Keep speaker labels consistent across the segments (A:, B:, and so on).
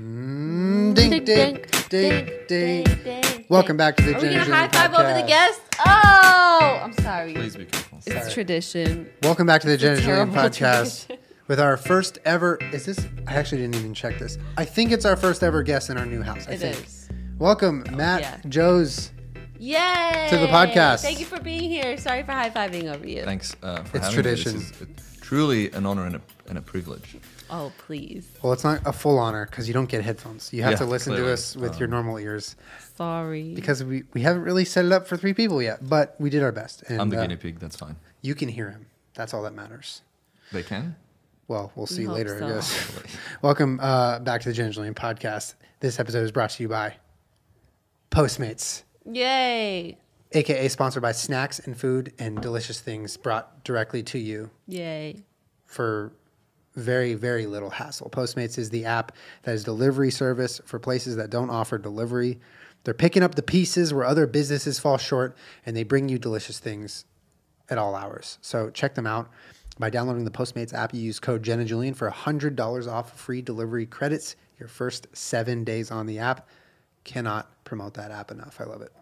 A: Mm, dink, dink, dink, dink. Welcome back to the
B: Are we
A: Jenna
B: gonna
A: Jenny
B: high five over
A: Podcast.
B: the guest? Oh, I'm sorry.
C: Please be careful.
B: it's tradition.
A: Welcome back to the Jenna
B: a
A: Jenny
B: terrible
A: Podcast with our first ever. Is this? I actually didn't even check this. I think it's our first ever guest in our new house. I
B: It
A: think.
B: is. Oh,
A: Welcome, Matt
B: yeah.
A: Joes.
B: Yay!
A: To the podcast.
B: Thank you for being here. Sorry for high fiving over you.
C: Thanks uh, for
A: It's
C: having
A: tradition.
C: me. This is uh, truly an honor and a, and a privilege.
B: oh, please.
A: Well, it's not a full honor because you don't get headphones. You have
C: Yeah,
A: to listen to
C: clearly. Um,
A: us with your normal ears
B: Sorry.
A: because we, we haven't really set it up for three people yet, but we did our best. And
C: I'm the
A: uh,
C: guinea pig. That's fine.
A: you can hear him. That's all that matters.
C: They can.
A: Well, we'll see
B: hope
A: later, I
B: so.
A: guess. Welcome uh, back to the Gingerland Podcast. This episode is brought to you by Postmates,
B: Yay!
A: aka sponsored by snacks and food and delicious things brought directly to you
B: Yay!
A: for very, very little hassle. Postmates is the app that is delivery service for places that don't offer delivery. They're picking up the pieces where other businesses fall short and they bring you delicious things at all hours. So check them out. By downloading the Postmates app, you use code Jen and Julian for $100 off free delivery credits your first seven days on the app. Cannot promote that app enough. I love it.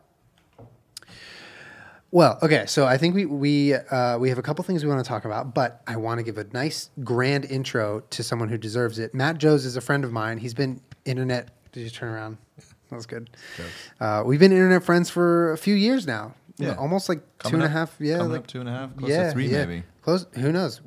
A: Well, okay, so I think we we uh, we have a couple things we want to talk about, but I want to give a nice grand intro to someone who deserves it. Matt Joes is a friend of mine. He's been internet. Did you turn around? That was good. Uh, we've been internet friends for a few years now.
C: Yeah.
A: almost like
C: Coming
A: two and a
C: up-
A: half. Yeah,
C: coming
A: like
C: up two and a half, close to three maybe.
A: Close. Who knows?